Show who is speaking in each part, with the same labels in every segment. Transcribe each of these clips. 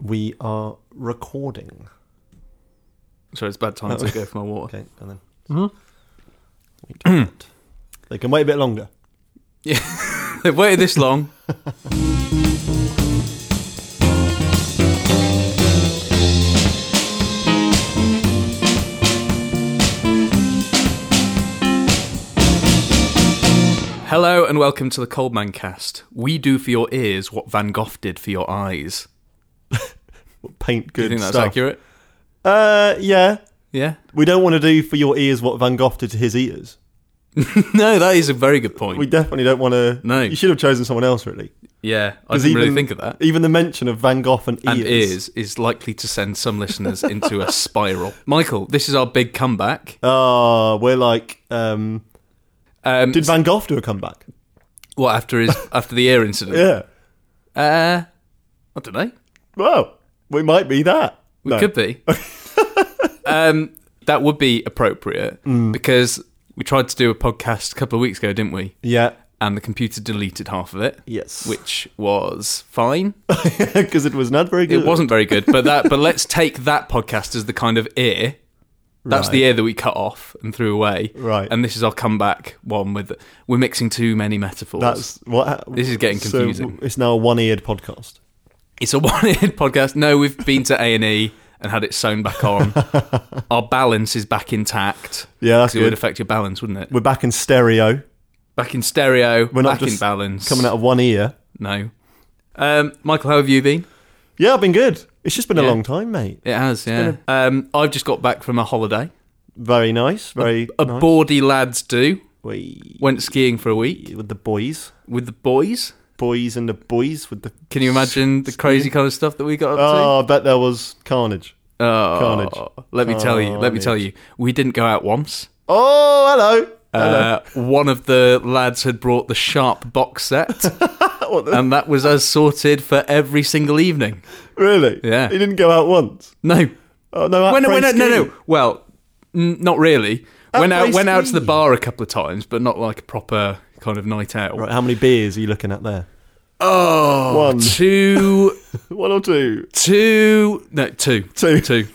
Speaker 1: We are recording.
Speaker 2: So it's about
Speaker 1: Oh.
Speaker 2: time to go for my water.
Speaker 1: Okay, and then
Speaker 3: hmm
Speaker 1: we do that. They can wait a bit longer.
Speaker 2: They've waited this long. Hello and welcome to the Coldman Cast. We do for your ears what Van Gogh did for your eyes.
Speaker 1: Paint
Speaker 2: Do
Speaker 1: good
Speaker 2: you think that's
Speaker 1: stuff.
Speaker 2: accurate?
Speaker 1: Uh, yeah.
Speaker 2: Yeah.
Speaker 1: We don't want to do for your ears what Van Gogh did to his ears.
Speaker 2: No, that is a very good point.
Speaker 1: We definitely don't want to.
Speaker 2: No.
Speaker 1: You should have chosen someone else, really.
Speaker 2: yeah, I
Speaker 1: 'Cause
Speaker 2: didn't really
Speaker 1: even-
Speaker 2: think of that.
Speaker 1: Even the mention of Van Gogh and ears.
Speaker 2: and is is likely to send some listeners into a spiral. Michael, this is our big comeback.
Speaker 1: Ah, we're like, um,
Speaker 2: Um,
Speaker 1: did Van Gogh do a comeback?
Speaker 2: what after his after the ear incident?
Speaker 1: Yeah.
Speaker 2: Uh, I don't know.
Speaker 1: Well, we might be that.
Speaker 2: We could be. um, that would be appropriate
Speaker 1: Mm.
Speaker 2: because we tried to do a podcast a couple of weeks ago, didn't we?
Speaker 1: Yeah.
Speaker 2: And the computer deleted half of it,
Speaker 1: Yes.
Speaker 2: which was fine.
Speaker 1: Because it was not very good.
Speaker 2: It wasn't very good, but that but let's take that podcast as the kind of ear. That's the ear that we cut off and threw away.
Speaker 1: Right.
Speaker 2: And this is our comeback one with we're mixing too many metaphors.
Speaker 1: That's what.
Speaker 2: This is getting
Speaker 1: so
Speaker 2: confusing.
Speaker 1: it's now a one-eared podcast.
Speaker 2: it's a one-eared podcast. No, we've been to A and E and had it sewn back on. our balance is back intact.
Speaker 1: Yeah, that's
Speaker 2: 'Cause It would
Speaker 1: good.
Speaker 2: affect your balance, wouldn't it?
Speaker 1: We're back in stereo,
Speaker 2: Back in stereo.
Speaker 1: We're not
Speaker 2: back in
Speaker 1: just
Speaker 2: balance.
Speaker 1: coming out of one ear.
Speaker 2: No. Um, Michael, how have you been?
Speaker 1: Yeah, I've been good. It's just been a
Speaker 2: Yeah.
Speaker 1: long time, mate.
Speaker 2: It has, yeah.
Speaker 1: been
Speaker 2: Um, I've just got back from a holiday.
Speaker 1: Very nice. Very
Speaker 2: A
Speaker 1: nice.
Speaker 2: bawdy lads do.
Speaker 1: We-
Speaker 2: Went skiing for a week
Speaker 1: with the boys,
Speaker 2: with the boys.
Speaker 1: boys and the boys with the.
Speaker 2: Can you imagine the crazy kind of stuff that we got up
Speaker 1: Oh, I bet there was carnage.
Speaker 2: to? Oh,
Speaker 1: carnage.
Speaker 2: Let me tell you. Let me tell you. We didn't go out once.
Speaker 1: Oh, hello.
Speaker 2: Uh, one of the lads had brought the sharp box set,
Speaker 1: hello. What the-
Speaker 2: and that was us sorted for every single evening.
Speaker 1: really?
Speaker 2: Yeah.
Speaker 1: He didn't go out once.
Speaker 2: No,
Speaker 1: Oh no.
Speaker 2: when,
Speaker 1: When,
Speaker 2: when, no, no. Well, n- not really. went out, went out to the
Speaker 1: skiing.
Speaker 2: bar a couple of times, but not like a proper kind of night out.
Speaker 1: Right. How many beers are you looking at there?
Speaker 2: Oh,
Speaker 1: One.
Speaker 2: two,
Speaker 1: One or two.
Speaker 2: two, no, two,
Speaker 1: Two.
Speaker 2: two.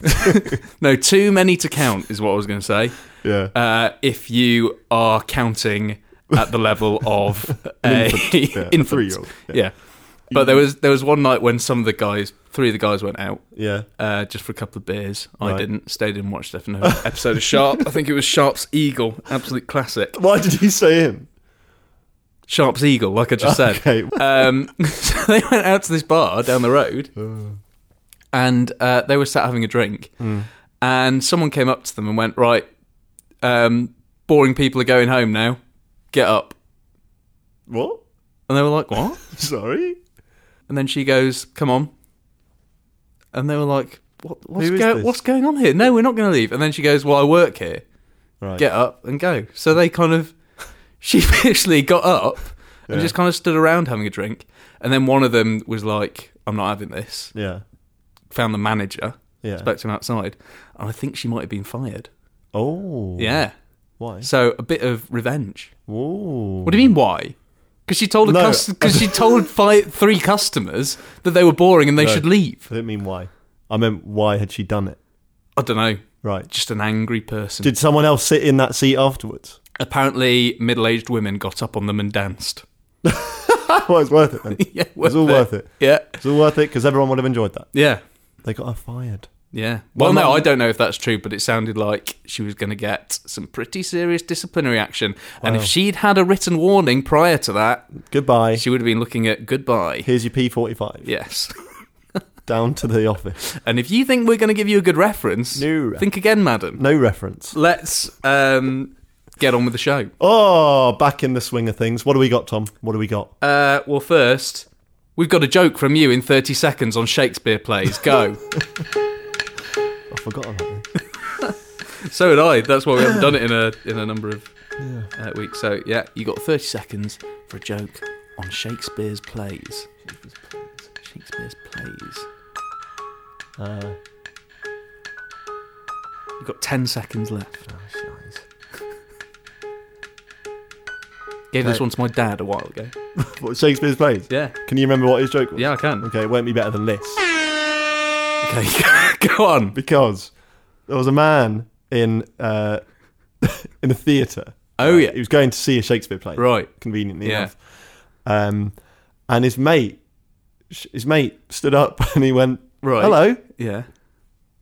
Speaker 2: no, too many to count is what I was going to say.
Speaker 1: Yeah.
Speaker 2: uh, if you are counting at the level of a infant,
Speaker 1: yeah, a three-year-old,
Speaker 2: Yeah.
Speaker 1: yeah.
Speaker 2: but there was there was one night when some of the guys, three of the guys, went out
Speaker 1: yeah.
Speaker 2: uh, just for a couple of beers. I
Speaker 1: Right.
Speaker 2: didn't stayed in and watched an episode of Sharp. I think it was Sharp's Eagle, absolute classic.
Speaker 1: Why did you say him?
Speaker 2: Sharp's Eagle, like I just said.
Speaker 1: Okay.
Speaker 2: Um, so they went out to this bar down the road, and uh, they were sat having a drink.
Speaker 1: Mm.
Speaker 2: And someone came up to them and went, "Right, um, boring people are going home now. Get up."
Speaker 1: What?
Speaker 2: And they were like, "What?"
Speaker 1: Sorry.
Speaker 2: And then she goes, "Come on." And they were like, "What? What's,
Speaker 1: Who is
Speaker 2: go-
Speaker 1: this?"
Speaker 2: what's going on here? No, we're not going to leave." And then she goes, "Well, I work here.
Speaker 1: Right.
Speaker 2: Get up and go." So they kind of sheepishly got up and
Speaker 1: Yeah.
Speaker 2: just kind of stood around having a drink. And then one of them was like, "I'm not having this."
Speaker 1: Yeah.
Speaker 2: Found the manager,
Speaker 1: Yeah.
Speaker 2: spoke to him outside, and I think she might have been fired.
Speaker 1: oh.
Speaker 2: Yeah.
Speaker 1: Why?
Speaker 2: So a bit of revenge.
Speaker 1: Ooh.
Speaker 2: What do you mean? Why? Because she told
Speaker 1: No.
Speaker 2: because she told five, three customers that they were boring and they
Speaker 1: No.
Speaker 2: should leave.
Speaker 1: I didn't mean why. I meant why had she done it?
Speaker 2: I don't know.
Speaker 1: Right.
Speaker 2: Just an angry person.
Speaker 1: Did someone else sit in that seat afterwards?
Speaker 2: Apparently, middle-aged women got up on them and danced.
Speaker 1: well, it's worth it then.
Speaker 2: Yeah,
Speaker 1: It's all worth it.
Speaker 2: Yeah,
Speaker 1: It's all worth it because everyone would have enjoyed that.
Speaker 2: yeah,
Speaker 1: They got her fired.
Speaker 2: yeah. Well,
Speaker 1: One
Speaker 2: no,
Speaker 1: man-
Speaker 2: I don't know if that's true, but it sounded like she was going to get some pretty serious disciplinary action. And if
Speaker 1: Wow.
Speaker 2: she'd had a written warning prior to that,
Speaker 1: Goodbye.
Speaker 2: she would have been looking at goodbye.
Speaker 1: Here's your P45.
Speaker 2: Yes.
Speaker 1: Down to the office.
Speaker 2: And if you think we're going to give you a good reference,
Speaker 1: No.
Speaker 2: think again, madam.
Speaker 1: No reference.
Speaker 2: Let's um, get on with the show.
Speaker 1: Oh, back in the swing of things. What do we got, Tom? What do we got?
Speaker 2: Uh, well, first, we've got a joke from you in 30 seconds on Shakespeare plays. Go.
Speaker 1: I forgot about that.
Speaker 2: so had I. That's why we haven't done it in a, in a number of uh, weeks. So, yeah, you got 30 seconds for a joke on Shakespeare's plays. Shakespeare's plays.
Speaker 1: Uh,
Speaker 2: You've got 10 seconds
Speaker 1: Oh,
Speaker 2: left. Gave this
Speaker 1: Okay.
Speaker 2: one to my dad a while ago.
Speaker 1: what, Shakespeare's plays?
Speaker 2: Yeah.
Speaker 1: Can you remember what his joke was?
Speaker 2: Yeah, I can.
Speaker 1: Okay, it won't be better than this.
Speaker 2: Okay, go on.
Speaker 1: because there was a man in uh, in a theatre.
Speaker 2: Oh, yeah.
Speaker 1: he was going to see a Shakespeare play.
Speaker 2: Right.
Speaker 1: conveniently
Speaker 2: Yeah.
Speaker 1: enough. Um, and his mate, sh- his mate stood up and he went,
Speaker 2: Right.
Speaker 1: "Hello,"
Speaker 2: Yeah.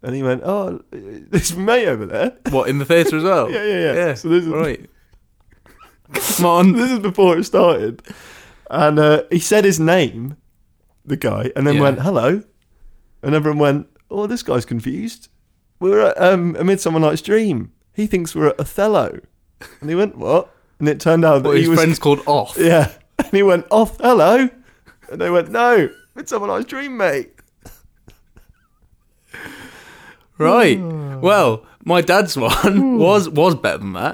Speaker 1: and he went, "Oh, this mate over there."
Speaker 2: What in the theatre as well?
Speaker 1: Yeah, yeah, yeah. So this is-
Speaker 2: right. Come on.
Speaker 1: This is before it started, and uh, he said his name, the guy, and then
Speaker 2: Yeah.
Speaker 1: went, "Hello," and everyone went, "Oh, this guy's confused. We're at um, a Midsummer Night's Dream. He thinks we're at Othello," and he went, "What?" And it turned out that
Speaker 2: What,
Speaker 1: he
Speaker 2: his
Speaker 1: was
Speaker 2: friend's called off.
Speaker 1: Yeah. And he went, off, hello. And they went, no, it's someone else's dream, mate.
Speaker 2: Right.
Speaker 1: Hmm.
Speaker 2: Well, my dad's one was was better than that.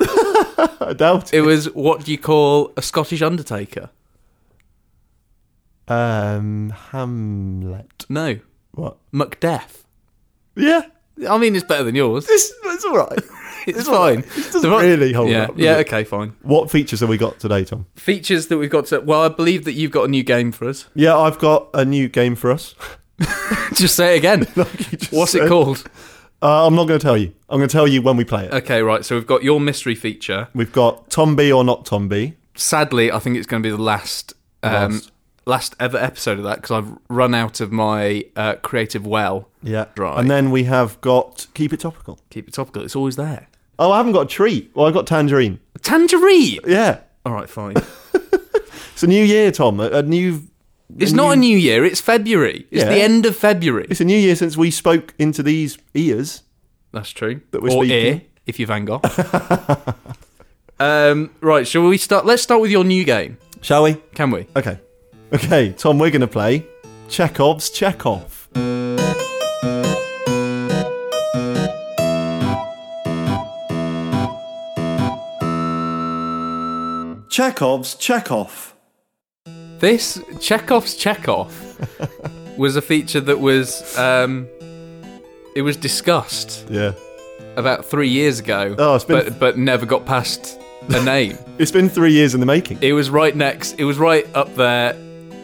Speaker 1: I doubt it.
Speaker 2: It was what you call a Scottish undertaker.
Speaker 1: Um, Hamlet.
Speaker 2: No,
Speaker 1: What?
Speaker 2: Macbeth.
Speaker 1: Yeah.
Speaker 2: I mean, it's better than yours.
Speaker 1: This, it's all right.
Speaker 2: It's,
Speaker 1: all right.
Speaker 2: fine.
Speaker 1: This doesn't
Speaker 2: The one-
Speaker 1: really hold
Speaker 2: yeah,
Speaker 1: up. does
Speaker 2: yeah.
Speaker 1: it?
Speaker 2: Okay, fine.
Speaker 1: What features have we got today, Tom?
Speaker 2: Features that we've got to. Well, I believe that you've got a new game for us.
Speaker 1: Yeah, I've got a new game for us.
Speaker 2: Just say it again.
Speaker 1: Like you just
Speaker 2: What's
Speaker 1: said.
Speaker 2: it called?
Speaker 1: Uh, I'm not going to tell you. I'm going to tell you when we play it.
Speaker 2: Okay, right. So we've got your mystery feature.
Speaker 1: We've got Tom B or not Tom B.
Speaker 2: Sadly, I think it's going to be the last, um,
Speaker 1: Last.
Speaker 2: last, ever episode of that because I've run out of my uh, creative well.
Speaker 1: Yeah.
Speaker 2: Right.
Speaker 1: And then we have got Keep It Topical.
Speaker 2: Keep it topical. It's always there.
Speaker 1: Oh, I haven't got a treat. Well, I've got Tangerine.
Speaker 2: Tangerine.
Speaker 1: Yeah.
Speaker 2: All right, fine.
Speaker 1: It's a new year, Tom. A, a new.
Speaker 2: It's not a new year. It's February. It's
Speaker 1: Yeah.
Speaker 2: the end of February.
Speaker 1: It's a new year since we spoke into these ears.
Speaker 2: That's true.
Speaker 1: That we're
Speaker 2: or
Speaker 1: speaking.
Speaker 2: ear, if you're Van Gogh. um, right. Shall we start? Let's start with your new game.
Speaker 1: Shall we?
Speaker 2: Can we?
Speaker 1: Okay. Okay, Tom, we're going to play Chekhov's Chekhov. Chekhov's Chekhov.
Speaker 2: This Chekhov's Chekhov was a feature that was um, it was discussed
Speaker 1: Yeah.
Speaker 2: about three years ago,
Speaker 1: Oh, it's been-
Speaker 2: but but never got past a name.
Speaker 1: It's been three years in the making.
Speaker 2: it was right next. It was right up there.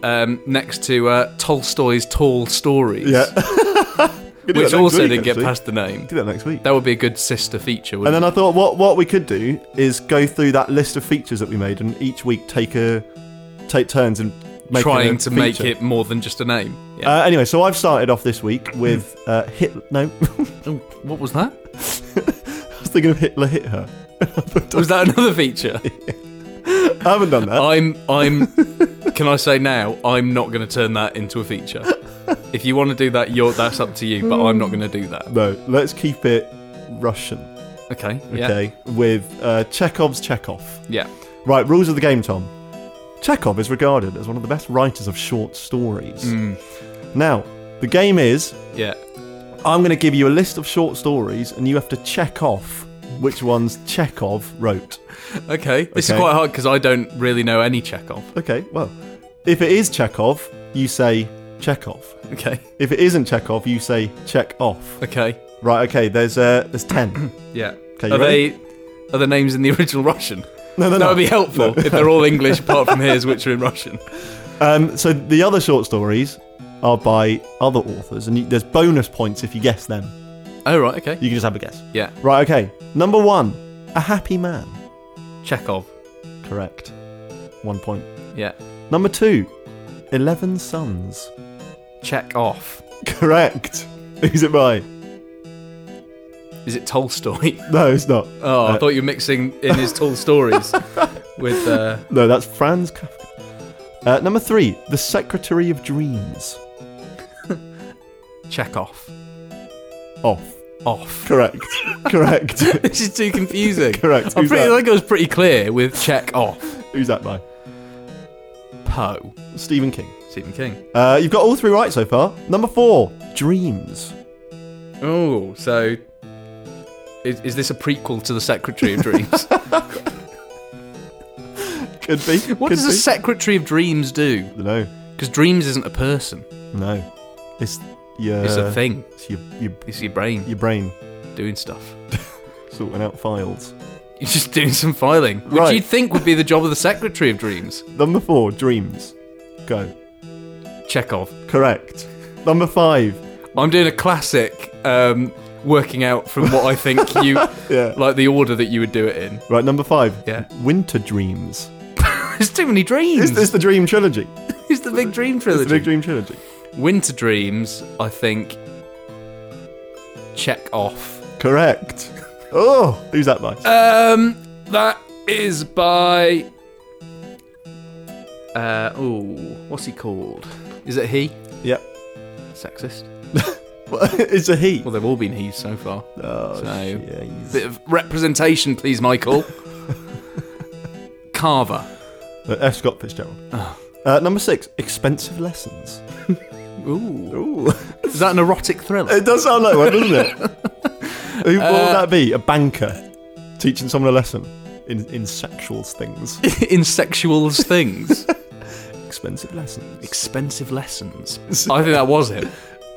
Speaker 2: Um, next to uh, Tolstoy's Tall Stories,
Speaker 1: Yeah. Could do
Speaker 2: which
Speaker 1: that next
Speaker 2: also
Speaker 1: week,
Speaker 2: didn't get
Speaker 1: actually.
Speaker 2: past the name.
Speaker 1: Do that next week.
Speaker 2: That would be a good sister feature.
Speaker 1: And
Speaker 2: Wouldn't
Speaker 1: then I thought, what what we could do is go through that list of features that we made, and each week take a take turns and
Speaker 2: it?
Speaker 1: make
Speaker 2: trying to make
Speaker 1: it.
Speaker 2: it more than just a name. Yeah.
Speaker 1: Uh, anyway, so I've started off this week with uh, Hitler. No, I
Speaker 2: Oh, what was that?
Speaker 1: was thinking of Hitler hit her.
Speaker 2: Was that another feature?
Speaker 1: I haven't done that.
Speaker 2: I'm I'm can I say now I'm not going to turn that into a feature. If you want to do that you're that's up to you but I'm not going to do that.
Speaker 1: No, let's keep it Russian,
Speaker 2: Okay. Yeah.
Speaker 1: okay? With uh, Chekhov's Chekhov.
Speaker 2: Yeah.
Speaker 1: Right, rules of the game, Tom. Chekhov is regarded as one of the best writers of short stories.
Speaker 2: Hmm.
Speaker 1: Now, the game is
Speaker 2: Yeah.
Speaker 1: I'm going to give you a list of short stories, and you have to check off which ones Chekhov wrote.
Speaker 2: Okay. This
Speaker 1: Okay.
Speaker 2: is quite hard cuz I don't really know any Chekhov.
Speaker 1: Okay, well, if it is Chekhov, you say Chekhov.
Speaker 2: Okay.
Speaker 1: If it isn't Chekhov, you say check off.
Speaker 2: Okay.
Speaker 1: Right. Okay. There's uh, there's ten.
Speaker 2: Yeah.
Speaker 1: Okay, you
Speaker 2: are
Speaker 1: ready?
Speaker 2: they are the names in the original Russian?
Speaker 1: No, no,
Speaker 2: That
Speaker 1: no.
Speaker 2: would be helpful if they're all English apart from his which are in Russian.
Speaker 1: Um, so the other short stories are by other authors, and you, there's bonus points if you guess them.
Speaker 2: Oh right, okay.
Speaker 1: You can just have a guess.
Speaker 2: Yeah.
Speaker 1: Right. Okay. Number one, a happy man.
Speaker 2: Chekhov.
Speaker 1: Correct. One point.
Speaker 2: Yeah.
Speaker 1: Number two, eleven sons.
Speaker 2: Check off.
Speaker 1: Correct. Is it right?
Speaker 2: Is it Tolstoy?
Speaker 1: No, it's not.
Speaker 2: Oh,
Speaker 1: Uh,
Speaker 2: I thought you were mixing in his tall stories with. Uh,
Speaker 1: No, that's Franz Kafka. Uh, number three, the Secretary of Dreams.
Speaker 2: check off.
Speaker 1: Off.
Speaker 2: Off.
Speaker 1: Correct. Correct.
Speaker 2: This is too confusing.
Speaker 1: Correct.
Speaker 2: I'm
Speaker 1: Who's
Speaker 2: pretty,
Speaker 1: that?
Speaker 2: I think I was pretty clear with check off.
Speaker 1: Who's that by?
Speaker 2: Poe.
Speaker 1: Stephen King.
Speaker 2: Stephen King.
Speaker 1: Uh, you've got all three right so far. Number four, dreams.
Speaker 2: Oh, so. Is, is this a prequel to The Secretary of Dreams?
Speaker 1: Could be.
Speaker 2: what
Speaker 1: could
Speaker 2: does The Secretary of Dreams do?
Speaker 1: be. No,
Speaker 2: Because dreams isn't a person,
Speaker 1: no. It's your.
Speaker 2: it's a thing.
Speaker 1: It's your, your,
Speaker 2: It's your brain
Speaker 1: your brain
Speaker 2: doing stuff.
Speaker 1: sorting out files.
Speaker 2: You're just doing some filing, which
Speaker 1: Right.
Speaker 2: you'd think would be the job of the Secretary of Dreams.
Speaker 1: Number four, dreams. Go.
Speaker 2: Check off.
Speaker 1: Correct. Number five,
Speaker 2: I'm doing a classic um, working out from what I think you
Speaker 1: Yeah.
Speaker 2: like the order that you would do it in.
Speaker 1: Right, number five.
Speaker 2: Yeah.
Speaker 1: Winter Dreams.
Speaker 2: There's too many dreams.
Speaker 1: Is this the Dream Trilogy?
Speaker 2: It's the big dream
Speaker 1: It's
Speaker 2: trilogy.
Speaker 1: the Big Dream Trilogy.
Speaker 2: Winter dreams. I think. Check off.
Speaker 1: Correct. Oh, who's that by?
Speaker 2: Um, that is by. Uh, oh, what's he called? Is it he?
Speaker 1: yep.
Speaker 2: Sexist.
Speaker 1: it's a he.
Speaker 2: Well, they've all been he's so far.
Speaker 1: Oh,
Speaker 2: so-
Speaker 1: jeez.
Speaker 2: Bit of representation, please, Michael. Carver.
Speaker 1: Uh, F. Scott Fitzgerald.
Speaker 2: Ah.
Speaker 1: Uh, number six, Expensive Lessons.
Speaker 2: Ooh.
Speaker 1: Ooh.
Speaker 2: Is that an erotic thriller?
Speaker 1: It does sound like one, doesn't it? Who, what
Speaker 2: Uh,
Speaker 1: would that be? A banker teaching someone a lesson in, in sexual things.
Speaker 2: In sexuals things.
Speaker 1: Expensive lessons.
Speaker 2: Expensive lessons. I think that was it.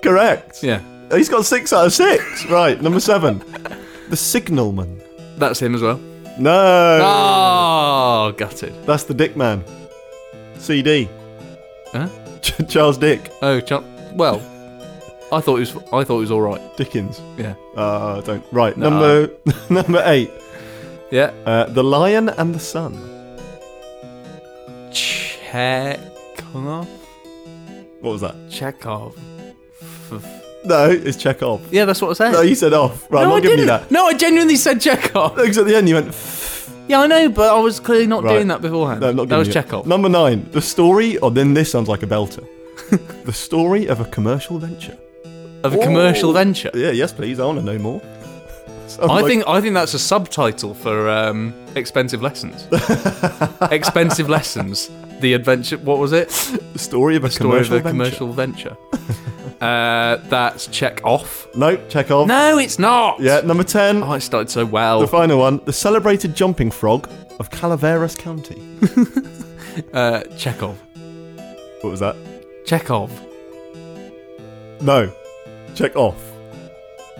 Speaker 1: Correct.
Speaker 2: Yeah.
Speaker 1: He's got six out of six. Right, number seven. The Signalman.
Speaker 2: That's him as well.
Speaker 1: No.
Speaker 2: Oh, gutted.
Speaker 1: That's the Dick Man. CD.
Speaker 2: Huh?
Speaker 1: Ch- Charles Dick.
Speaker 2: Oh, chump. Well, I thought it was. I thought it was all right.
Speaker 1: Dickens.
Speaker 2: Yeah.
Speaker 1: Uh, don't. Right,
Speaker 2: Nah.
Speaker 1: number number eight.
Speaker 2: Yeah.
Speaker 1: Uh, the Lion and the Sun.
Speaker 2: Chekhov.
Speaker 1: What was that?
Speaker 2: Chekhov.
Speaker 1: No, it's Chekhov.
Speaker 2: Yeah, that's what I said.
Speaker 1: No, you said off. Right, I'm
Speaker 2: No,
Speaker 1: not
Speaker 2: I
Speaker 1: giving
Speaker 2: didn't.
Speaker 1: you that.
Speaker 2: No, I genuinely said Chekhov.
Speaker 1: Because at the end you went.
Speaker 2: Yeah, I know, but I was clearly not
Speaker 1: Right.
Speaker 2: doing that beforehand.
Speaker 1: No, I'm not
Speaker 2: that
Speaker 1: giving
Speaker 2: was
Speaker 1: you-
Speaker 2: Chekhov.
Speaker 1: Number nine. The story. Oh, then this sounds like a belter. the story of a commercial venture.
Speaker 2: Of a commercial
Speaker 1: Whoa.
Speaker 2: venture.
Speaker 1: Yeah, yes, please. I want to know more. Sounds
Speaker 2: I
Speaker 1: like-
Speaker 2: think I think that's a subtitle for um, expensive lessons. expensive lessons. The adventure. What was it?
Speaker 1: the story of a
Speaker 2: Story of
Speaker 1: commercial
Speaker 2: a
Speaker 1: venture.
Speaker 2: commercial venture. uh, that's check off.
Speaker 1: Nope. Check off.
Speaker 2: No, it's not.
Speaker 1: Oh. Yeah. Number ten.
Speaker 2: Oh, it started so well.
Speaker 1: The final one. The celebrated jumping frog of Calaveras County.
Speaker 2: uh, Chekhov.
Speaker 1: What was that?
Speaker 2: Chekhov.
Speaker 1: No. Check off.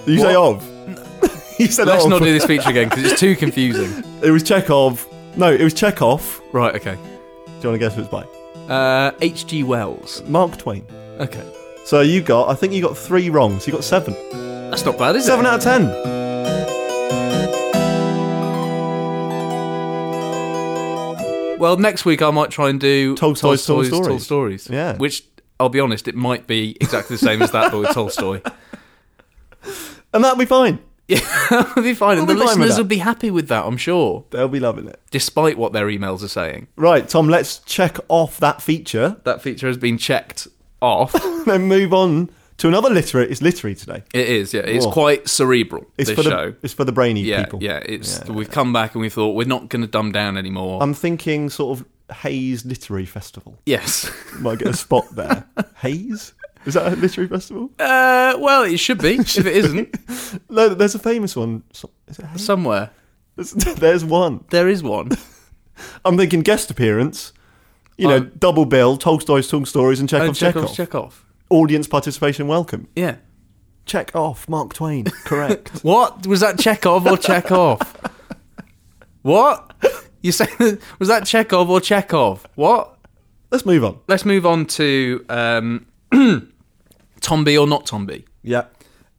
Speaker 1: Did you say of? you said
Speaker 2: Let's
Speaker 1: of.
Speaker 2: not do this feature again because it's too confusing.
Speaker 1: It was Chekhov. No, it was Chekhov.
Speaker 2: Right. Okay.
Speaker 1: Do you want to guess who it's by?
Speaker 2: Uh, H.G. Wells.
Speaker 1: Mark Twain.
Speaker 2: Okay.
Speaker 1: So you got, I think you got three wrong. So you got seven.
Speaker 2: That's not bad, is
Speaker 1: Seven
Speaker 2: it?
Speaker 1: out of ten.
Speaker 2: Well, next week I might try and do
Speaker 1: Tolstoy's Tall
Speaker 2: Tolstoy's Tall
Speaker 1: Stories.
Speaker 2: Stories.
Speaker 1: Yeah.
Speaker 2: Which I'll be honest, it might be exactly the same as that, but with Tolstoy.
Speaker 1: And that'll be fine.
Speaker 2: It'll be fine.
Speaker 1: We'll
Speaker 2: the
Speaker 1: be fine with
Speaker 2: listeners
Speaker 1: that.
Speaker 2: will be happy with that, I'm sure,
Speaker 1: They'll be loving it.
Speaker 2: despite what their emails are saying.
Speaker 1: Right, Tom, let's check off that feature.
Speaker 2: That feature has been checked off. it
Speaker 1: then move on to another literary. It's literary today.
Speaker 2: is, yeah. It's
Speaker 1: Oh.
Speaker 2: quite cerebral,
Speaker 1: It's
Speaker 2: this
Speaker 1: for the
Speaker 2: show.
Speaker 1: it's for the brainy
Speaker 2: yeah,
Speaker 1: people.
Speaker 2: yeah. Um, It's We've come back and we thought, we're not going to dumb down anymore.
Speaker 1: I'm thinking sort of Hayes Literary Festival.
Speaker 2: yes.
Speaker 1: Might get a spot there. Hayes? Is that a literary festival?
Speaker 2: Uh, well, it should be, if it isn't.
Speaker 1: No, there's a famous one. So- Is it Hayes?
Speaker 2: Somewhere.
Speaker 1: There's- There's one.
Speaker 2: There is one.
Speaker 1: I'm thinking guest appearance. You know,
Speaker 2: Um,
Speaker 1: double bill, Tolstoy's Tongue Stories, and Chekhov
Speaker 2: Oh, check
Speaker 1: Chekhov.
Speaker 2: off, check off.
Speaker 1: Audience participation welcome.
Speaker 2: Yeah.
Speaker 1: Check off Mark Twain. Correct.
Speaker 2: What? Was that Chekhov or Chekhov? what? You saying, was that Chekhov or Chekhov? What?
Speaker 1: Let's move on.
Speaker 2: let's move on to um, Tomby or not Tomby.
Speaker 1: Yeah.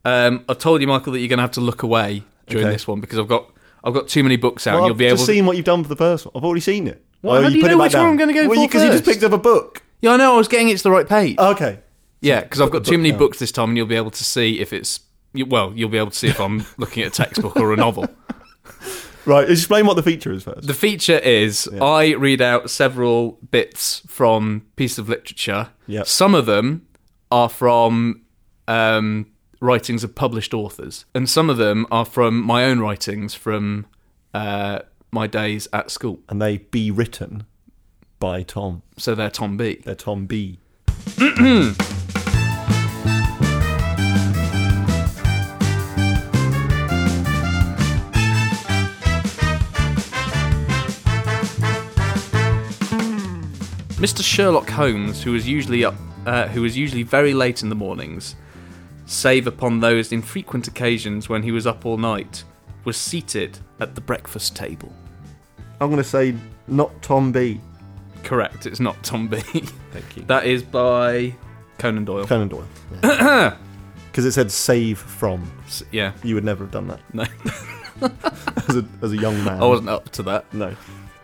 Speaker 2: Um, I told you, Michael, that you're going to have to look away during
Speaker 1: Okay.
Speaker 2: this one because I've got I've got too many books out.
Speaker 1: Well,
Speaker 2: and you'll
Speaker 1: I've
Speaker 2: be able.
Speaker 1: just
Speaker 2: to...
Speaker 1: seen what you've done for the first one. I've already seen it. Oh,
Speaker 2: Well, how do you
Speaker 1: put
Speaker 2: know
Speaker 1: it back
Speaker 2: which one
Speaker 1: down.
Speaker 2: I'm gonna go
Speaker 1: well,
Speaker 2: for
Speaker 1: Because you just
Speaker 2: first?
Speaker 1: picked up a book.
Speaker 2: Yeah, I know. I was getting it to the right page.
Speaker 1: Okay.
Speaker 2: yeah, because I've got
Speaker 1: Oh. the
Speaker 2: too
Speaker 1: book
Speaker 2: many
Speaker 1: down.
Speaker 2: books this time, and you'll be able to see if it's you- well, you'll be able to see if I'm looking at a textbook or a novel.
Speaker 1: Right, explain what the feature is first.
Speaker 2: The feature is I read out several bits from pieces of literature.
Speaker 1: Yep.
Speaker 2: Some of them are from um, writings of published authors, and some of them are from my own writings from uh, my days at school.
Speaker 1: and they be written by Tom.
Speaker 2: So they're Tom B.
Speaker 1: They're Tom B.
Speaker 2: Mr. Sherlock Holmes, who is usually up, uh, who is usually very late in the mornings, save upon those infrequent occasions when he was up all night, was seated at the breakfast table.
Speaker 1: I'm going to say not Tom B.
Speaker 2: Correct, it's not Tom B.
Speaker 1: Thank you.
Speaker 2: That is by Conan Doyle.
Speaker 1: Conan Doyle. because it said save from.
Speaker 2: S- Yeah,
Speaker 1: You would never have done that
Speaker 2: no,
Speaker 1: as a, as a young man.
Speaker 2: I wasn't up to that.
Speaker 1: No.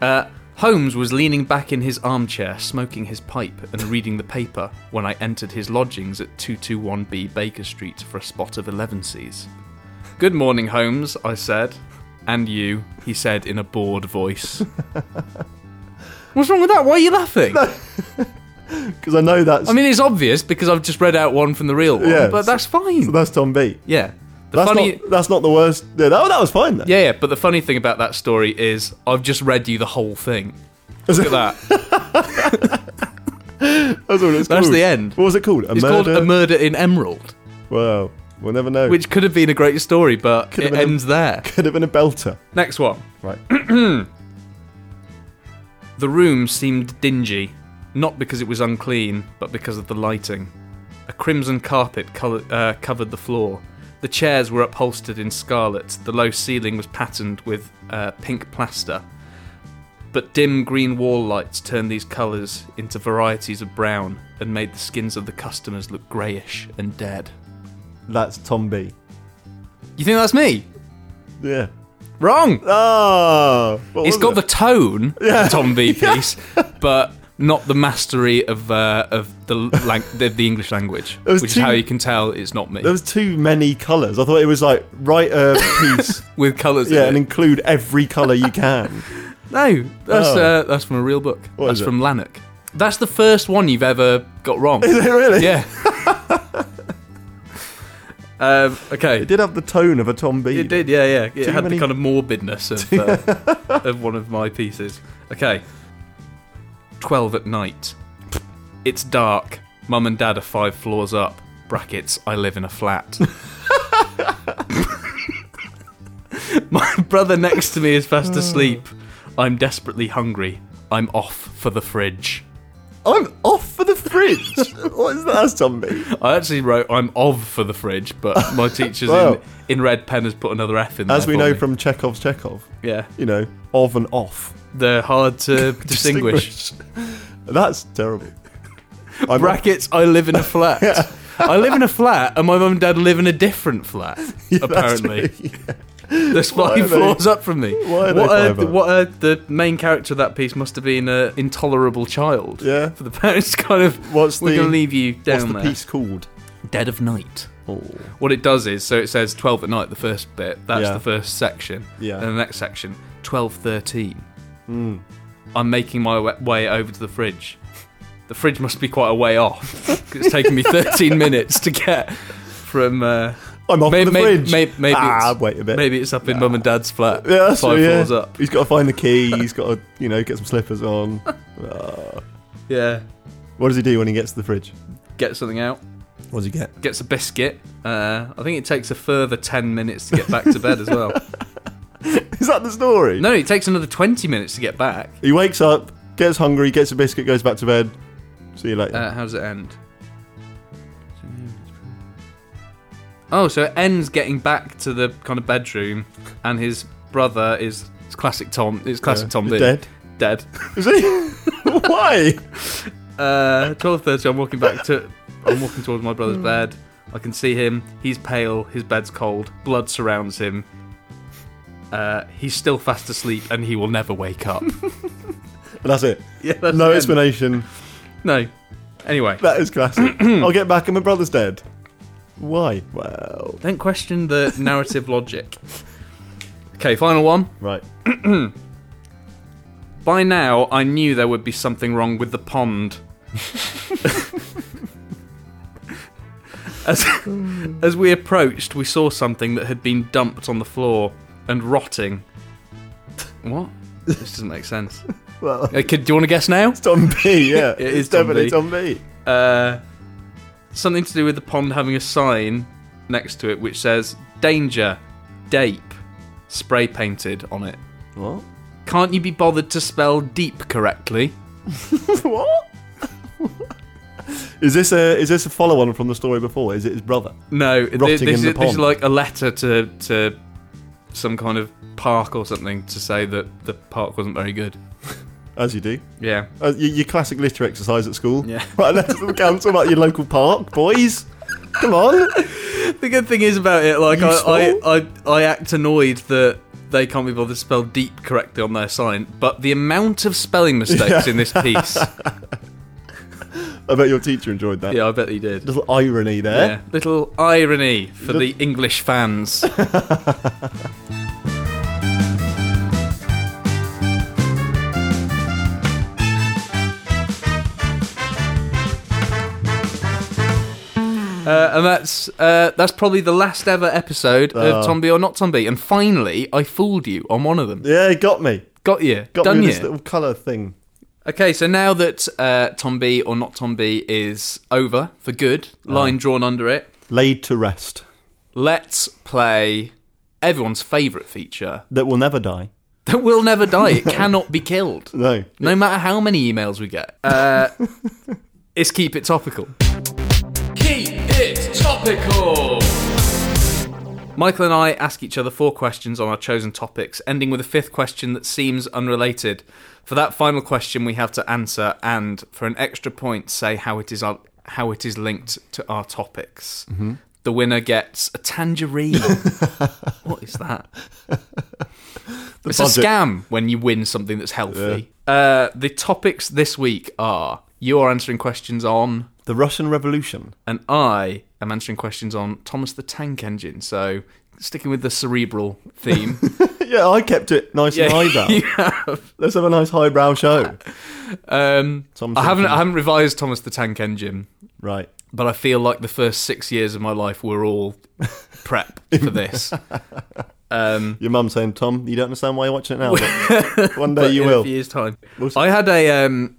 Speaker 2: Uh, Holmes was leaning back in his armchair, smoking his pipe and reading the paper when I entered his lodgings at 221B Baker Street for a spot of 11Cs. Good morning, Holmes, I said. And you, he said in a bored voice. What's wrong with that? Why are you laughing?
Speaker 1: Because I know that's
Speaker 2: I mean, it's obvious because I've just read out one from the real one,
Speaker 1: Yeah,
Speaker 2: but that's fine.
Speaker 1: so that's Tom B.
Speaker 2: yeah. The
Speaker 1: That's
Speaker 2: funny.
Speaker 1: not that's not the worst. Yeah, that, that was fine though.
Speaker 2: yeah, yeah, but the funny thing about that story is I've just read you the whole thing. Look at that.
Speaker 1: That's what it's
Speaker 2: That's
Speaker 1: called.
Speaker 2: the end.
Speaker 1: What was it called? A
Speaker 2: It's
Speaker 1: murder.
Speaker 2: called A Murder in Emerald,
Speaker 1: well, we'll never know.
Speaker 2: which could have been a great story, but
Speaker 1: Could have
Speaker 2: it
Speaker 1: been a-
Speaker 2: ends there.
Speaker 1: could have been a belter.
Speaker 2: Next one.
Speaker 1: Right.
Speaker 2: The room seemed dingy, not because it was unclean, but because of the lighting. A crimson carpet colour uh, covered the floor. The chairs were upholstered in scarlet. The low ceiling was patterned with uh, pink plaster. But dim green wall lights turned these colours into varieties of brown and made the skins of the customers look greyish and dead.
Speaker 1: That's Tom B.
Speaker 2: You think that's me?
Speaker 1: Yeah.
Speaker 2: Wrong!
Speaker 1: Oh, what
Speaker 2: It's
Speaker 1: was
Speaker 2: got
Speaker 1: it?
Speaker 2: the tone, the Tom V piece, but not the mastery of uh, of the, lang- the the English language,
Speaker 1: There was
Speaker 2: which is
Speaker 1: two-
Speaker 2: how you can tell it's not me
Speaker 1: There was too many colours. I thought it was like write a piece,
Speaker 2: with colours.
Speaker 1: yeah,
Speaker 2: Yeah,
Speaker 1: and include every colour you can.
Speaker 2: no, that's
Speaker 1: Oh.
Speaker 2: uh, that's from a real book.
Speaker 1: What
Speaker 2: that's
Speaker 1: is it?
Speaker 2: from Lanark. That's the first one you've ever got wrong.
Speaker 1: Is it really?
Speaker 2: yeah. um, okay.
Speaker 1: It did have the tone of a Tom B.
Speaker 2: It did, yeah, yeah. It
Speaker 1: Too
Speaker 2: had
Speaker 1: many-
Speaker 2: the kind of morbidness of, uh, of one of my pieces. Okay. 12 at night. It's dark. Mum and dad are five floors up. Brackets, I live in a flat. my brother next to me is fast
Speaker 1: Oh.
Speaker 2: asleep. I'm desperately hungry. I'm off for the fridge.
Speaker 1: I'm off for the fridge. what is that? That's Tom B.
Speaker 2: I actually wrote I'm of for the fridge, but my teacher's
Speaker 1: Wow.
Speaker 2: in, in red pen has put another F in there.
Speaker 1: As we
Speaker 2: for
Speaker 1: know
Speaker 2: me.
Speaker 1: from Chekhov's Chekhov,
Speaker 2: Yeah.
Speaker 1: you know, of and off.
Speaker 2: They're hard to distinguish.
Speaker 1: That's terrible. I'm
Speaker 2: Brackets, I live in a flat. I live in a flat, and my mum and dad live in a different flat, apparently.
Speaker 1: That's really-
Speaker 2: There's
Speaker 1: Why are
Speaker 2: five
Speaker 1: they-
Speaker 2: floors up from me.
Speaker 1: why are they
Speaker 2: what, a-
Speaker 1: five up?
Speaker 2: what a- the main character of that piece must have been an intolerable child.
Speaker 1: yeah.
Speaker 2: For the parents, to kind of,
Speaker 1: What's
Speaker 2: we're
Speaker 1: the
Speaker 2: going to leave you down
Speaker 1: what's the
Speaker 2: there.
Speaker 1: piece called?
Speaker 2: Dead of Night.
Speaker 1: Oh,
Speaker 2: What it does is, so it says 12 at night, the first bit. That's
Speaker 1: Yeah.
Speaker 2: the first section.
Speaker 1: Yeah.
Speaker 2: And the next section, 12.13.
Speaker 1: Mm.
Speaker 2: I'm making my wa- way over to the fridge. The fridge must be quite a way off. 'cause It's taken me 13 minutes to get from. Uh,
Speaker 1: I'm off
Speaker 2: may-
Speaker 1: for the
Speaker 2: may-
Speaker 1: fridge.
Speaker 2: may- maybe,
Speaker 1: ah,
Speaker 2: it's,
Speaker 1: wait a bit.
Speaker 2: maybe it's up in mum and dad's flat.
Speaker 1: Yeah, that's
Speaker 2: five
Speaker 1: true, yeah.
Speaker 2: floors up.
Speaker 1: He's got to find the key. He's got to, you know, get some slippers on. Uh,
Speaker 2: Yeah.
Speaker 1: What does he do when he gets to the fridge?
Speaker 2: Get something out.
Speaker 1: What does he get?
Speaker 2: Gets a biscuit. Uh, I think it takes a further 10 minutes to get back to bed as well.
Speaker 1: Is that the story?
Speaker 2: No, it takes another 20 minutes to get back.
Speaker 1: He wakes up, gets hungry, gets a biscuit, goes back to bed. See you later.
Speaker 2: Uh, how does it end? Oh, so it ends getting back to the kind of bedroom, and his brother is it's classic Tom. It's classic
Speaker 1: Yeah.
Speaker 2: Tom.
Speaker 1: You're
Speaker 2: Lee.
Speaker 1: Dead.
Speaker 2: Dead.
Speaker 1: Is he? Why?
Speaker 2: Uh, Twelve thirty. I'm walking back to. I'm walking towards my brother's bed. I can see him. He's pale. His bed's cold. Blood surrounds him. Uh, he's still fast asleep, and he will never wake up.
Speaker 1: That's it.
Speaker 2: yeah, that's
Speaker 1: no
Speaker 2: the end.
Speaker 1: explanation.
Speaker 2: no. Anyway,
Speaker 1: That is classic. I'll get back and my brother's dead. Why? Well,
Speaker 2: don't question the narrative logic. Okay, final one.
Speaker 1: right.
Speaker 2: By now, I knew there would be something wrong with the pond. as, as we approached, we saw something that had been dumped on the floor and rotting. What? This doesn't make sense.
Speaker 1: Well,
Speaker 2: Uh, kid, do you want to guess now?
Speaker 1: Tom B. Yeah,
Speaker 2: It is
Speaker 1: it's
Speaker 2: Tom
Speaker 1: definitely
Speaker 2: B.
Speaker 1: Tom B.
Speaker 2: Uh, something to do with the pond having a sign next to it which says "Danger, Dape," spray painted on it.
Speaker 1: What?
Speaker 2: Can't you be bothered to spell deep correctly?
Speaker 1: what? is this a is this a follow on from the story before? Is it his brother?
Speaker 2: No, thi-
Speaker 1: Rotting
Speaker 2: this,
Speaker 1: in
Speaker 2: is,
Speaker 1: the
Speaker 2: this is
Speaker 1: pond.
Speaker 2: like a letter to to some kind of park or something to say that the park wasn't very good.
Speaker 1: As you do,
Speaker 2: Yeah,
Speaker 1: uh, your, your classic litter exercise at school.
Speaker 2: Yeah.
Speaker 1: Right, letter to the council about your local park, boys. Come on.
Speaker 2: The good thing is about it, like
Speaker 1: You
Speaker 2: I,
Speaker 1: swore?
Speaker 2: I, I, I act annoyed that they can't be bothered to spell deep correctly on their sign, but the amount of spelling mistakes in this piece,
Speaker 1: I bet your teacher enjoyed that.
Speaker 2: yeah, I bet he did.
Speaker 1: Little irony there.
Speaker 2: Yeah, little irony for the English fans. Uh, and that's uh, that's probably the last ever episode
Speaker 1: Ah.
Speaker 2: of Tombi or Not Tombi. And finally, I fooled you on one of them.
Speaker 1: Yeah, it got me.
Speaker 2: Got you.
Speaker 1: Got
Speaker 2: Done
Speaker 1: me
Speaker 2: you.
Speaker 1: with this little colour thing.
Speaker 2: Okay, so now that uh, Tombi or Not Tombi is over for good,
Speaker 1: Uh-huh.
Speaker 2: line drawn under it,
Speaker 1: Laid to rest.
Speaker 2: let's play everyone's favourite feature
Speaker 1: That will never die.
Speaker 2: that will never die. It cannot be killed,
Speaker 1: No.
Speaker 2: no matter how many emails we get. Uh, it's keep it topical. Keep it topical. Michael and I ask each other four questions on our chosen topics, ending with a fifth question that seems unrelated. For that final question, we have to answer, and for an extra point, say how it is our, how it is linked to our topics. The winner gets a tangerine. what is that? it's a
Speaker 1: budget.
Speaker 2: scam when you win something that's healthy. Uh, the topics this week are: you are answering questions on
Speaker 1: The Russian Revolution.
Speaker 2: and I am answering questions on Thomas the Tank Engine. So sticking with the cerebral theme,
Speaker 1: yeah, I kept it nice and highbrow.
Speaker 2: you have.
Speaker 1: Let's have a nice highbrow show.
Speaker 2: Um,
Speaker 1: Thomas
Speaker 2: I
Speaker 1: the
Speaker 2: haven't I
Speaker 1: Tank.
Speaker 2: haven't revised Thomas the Tank Engine,
Speaker 1: Right.
Speaker 2: but I feel like the first six years of my life were all prep for this. Um,
Speaker 1: Your mum saying, Tom, you don't understand why you're watching it now. but one day
Speaker 2: but
Speaker 1: you
Speaker 2: in
Speaker 1: will.
Speaker 2: A few years time,
Speaker 1: We'll see.
Speaker 2: I had a um,